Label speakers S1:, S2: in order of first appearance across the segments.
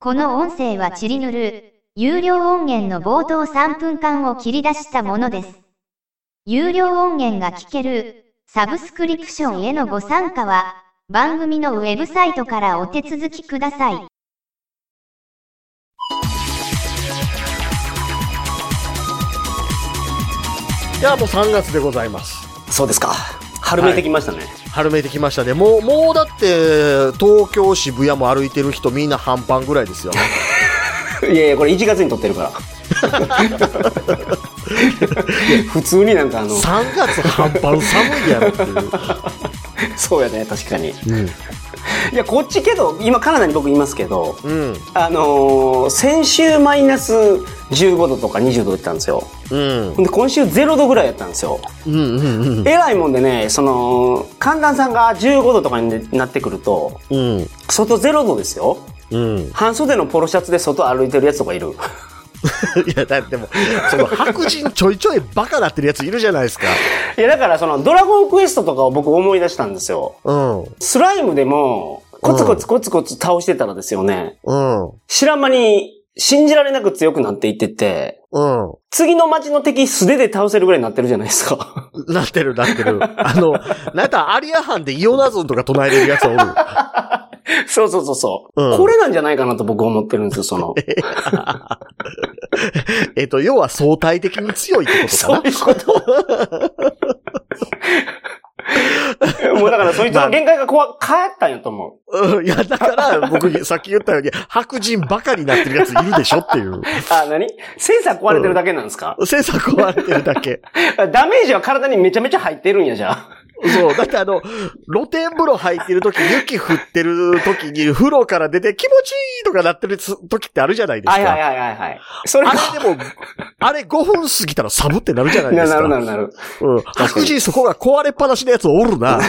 S1: この音声はチリヌルー、有料音源の冒頭3分間を切り出したものです。有料音源が聞ける、サブスクリプションへのご参加は、番組のウェブサイトからお手続きください。
S2: いや、もう3月でございます。
S3: そうですか。春めいてきましたね。
S2: 春めいてきましたね。もう、もうだって、東京、渋谷も歩いてる人みんな半端ぐらいですよ。
S3: い、やいや、これ1月に撮ってるから。 いや普通になんかあの、
S2: 3月半端寒いやろっていう。
S3: そうやね、確かに。いや、こっちけど、今カナダに僕いますけど、
S2: うん。
S3: あのー先週マイナス15度とか20度だったんですよ。
S2: うん。
S3: で、今週0度ぐらいやったんですよ。
S2: うん。うん。
S3: えらいもんでね、その、寒暖差が15度とかになってくると、
S2: うん。
S3: 外0度ですよ。
S2: うん。 い
S3: 半袖のポロシャツで外歩いてるやつとかいる。
S2: や、だってもう、その白人ちょいちょいバカなってるやついるじゃないですか。
S3: いや、だからその、ドラゴンクエストとかを僕思い出したんですよ。
S2: うん。
S3: スライムでも、コツコツコツコツ倒してたらですよね。
S2: うん。
S3: 知らん間に、信じられなく強くなっていってて、
S2: うん。
S3: 次の街の敵素手で倒せるぐらいになってるじゃないです か。
S2: なってる、なってる。あの、なんやったらアリアハンでイオナゾンとか唱えれるやつおる。
S3: そうそうそうそう、
S2: うん
S3: これなんじゃないかなと僕思ってるんですよ、その。
S2: えっと、要は相対的に強いってこと
S3: そ
S2: か
S3: ういうこと。 もうだからそいつの限界が怖、変ったんやと思う。
S2: な。うん。いや、だ から、僕、さっき言ったように、白人バカになってるやついるでしょっていう。
S3: あ、何センサー壊れてるだけなんですか、
S2: センサー壊れてるだけ。
S3: ダメージは体にめちゃめちゃ入ってるんや、じゃあ。
S2: そう。だってあの、露天風呂入ってる時、雪降ってる時に、風呂から出て気持ちいいとかなってる時ってあるじゃないです
S3: はいはい
S2: か。
S3: はいはいはい。それが
S2: あれでも、あれ5分過ぎたらサブってなるじゃないで
S3: な
S2: すか。
S3: なるなるなる。
S2: うん。白人そこが壊れっぱなしのやつおるな。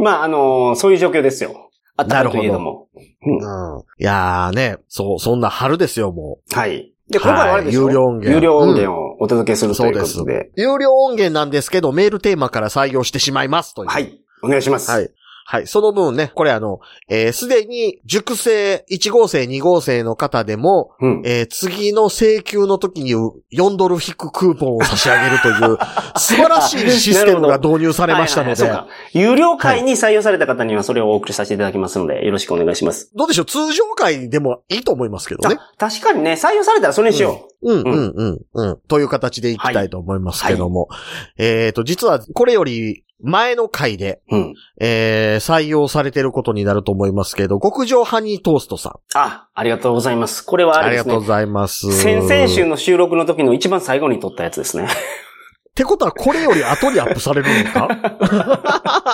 S3: まあ、あのーそういう状況ですよ。あったかいといえども。
S2: うん。いやーね、そう、そんな春ですよ、も
S3: はい。で、今回はあれですよ、
S2: はい有料音源
S3: 有料音源をお届けするということ
S2: そう
S3: で。
S2: う。有料音源なんですけど、メールテーマから採用してしまいますという。
S3: は。い。お願いします。
S2: はい。はい。その分ね、これあの、えーすでに熟成、1号生、2号生の方でも、
S3: うん。
S2: えー次の請求の時に4ドル引くクーポンを差し上げるという、 素晴らしいシステムが導入されましたので、
S3: はいはいはいそうか有料会に採用された方にはそれをお送りさせていただきますので、よろしくお願いします。
S2: どうでしょう通常回でもいいと思いますけどね。
S3: あ、確かにね、採用されたらそれにしよ
S2: うん、うん、うん、うん。という形でいきたいと思いますけども。えっ、と、実はこれより前の回で、
S3: う。うん。
S2: えー採用されてることになると思いますけど、極上ハニートーストさ
S3: あ、ありがとうございます。これは
S2: ん。
S3: あ
S2: あ
S3: れ
S2: りが
S3: です
S2: とうご
S3: ね。
S2: ざいます。
S3: 先々週
S2: っ
S3: の収録の時の一番最後に撮ったやつですね。
S2: てことはこれより後にアップされるの か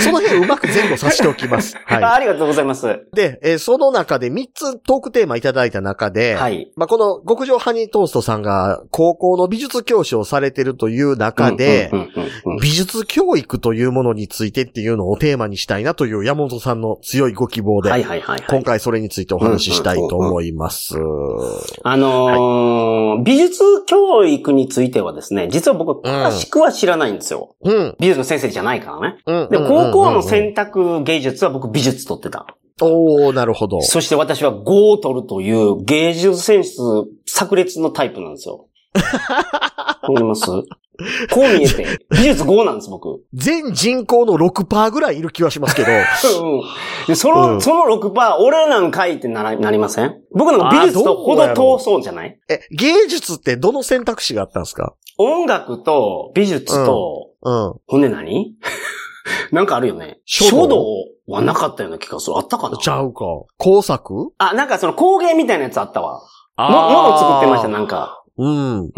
S2: その辺うまく前後させておき ます。
S3: あ
S2: は。
S3: ありがとうございます。はい
S2: で、えーその中で3つトークテーマいただいた中で、
S3: い。
S2: まあ、この極上ハニートーストさんが高校の美術教師をされてるという中で、
S3: うんうんうんうん
S2: 美術教育というものについてっていうのをテーマにしたいなという山本さんの強いご希望で、
S3: はいはいはい、は
S2: 今
S3: い。
S2: 回それについてお話ししたいと思います。
S3: あのー美術教育についてはですね、実は僕、詳しくは知らないんですよ。
S2: うん。
S3: 美術の先生じゃないからね。
S2: うん。
S3: で、高校の
S2: 先
S3: 選択芸術は僕美術取ってた。
S2: おおなるほど。
S3: そして私は5を取るという芸術センス炸裂のタイプなんです よ。わかりますこう見えて。美術5なんです、僕。うん
S2: 全人口の6%ぐらいいる気はします けど。
S3: でその、
S2: うん
S3: その6%、俺なんかいってなら、なりません僕なんか美術とほど遠そうじゃない
S2: え、芸術ってどの選択肢があったんですか
S3: 音楽と美術と、
S2: うん。
S3: ほんで何 なんかあるよね。
S2: 書
S3: 書
S2: 道
S3: 道はなかったような気がする。あったかな
S2: ちゃうか。工作
S3: あ、なんかその工芸みたいなやつあったわ。も、もの作ってました、なんか。
S2: た。うん。うん、
S3: うんうんうん。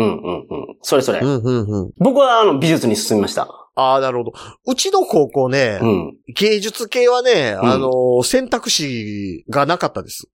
S3: それそれ。
S2: うん、うん。
S3: 僕はあの美術に進みました。
S2: ああ、なるほど。うちの高校ね、
S3: うん。
S2: 芸術系はね、
S3: ん
S2: あの選択肢がなかったです。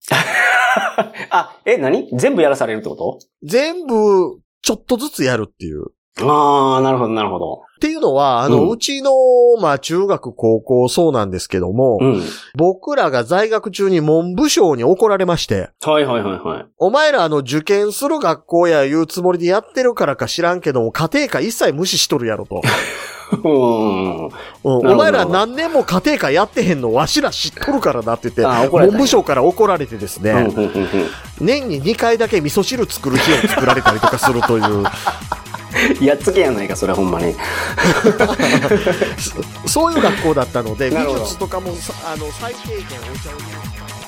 S3: あ、え、何全部やらされるってこと
S2: 全部、ちょっとずつやるっていう。
S3: ああ、なるほど、なるほど。
S2: っていうのは、あの、う
S3: うん
S2: ちの、まあ、中学、高校、そうなんですけども、
S3: うん。
S2: 僕らが在学中に文部省に怒られまして、
S3: はいはいはいはい。
S2: お前らあの、受験する学校や言うつもりでやってるからか知らんけども、家庭科一切無視しとるやろ と。
S3: うん。
S2: う
S3: あ
S2: ん
S3: なるほど
S2: お前ら何年も家庭科やってへんのわしら知っとるからなって言って、
S3: あ、 怒られ
S2: 文
S3: た。
S2: 部省から怒られてです
S3: うんうん
S2: ね、
S3: うんうん。
S2: 年に2回だけ味噌汁作る日を作られたりとかするという、
S3: やっつけやないか、それほんまに。
S2: そそういう学校だったので、
S3: なるほ
S2: 美
S3: ど
S2: 術とかもさあの最低限お茶を入れる。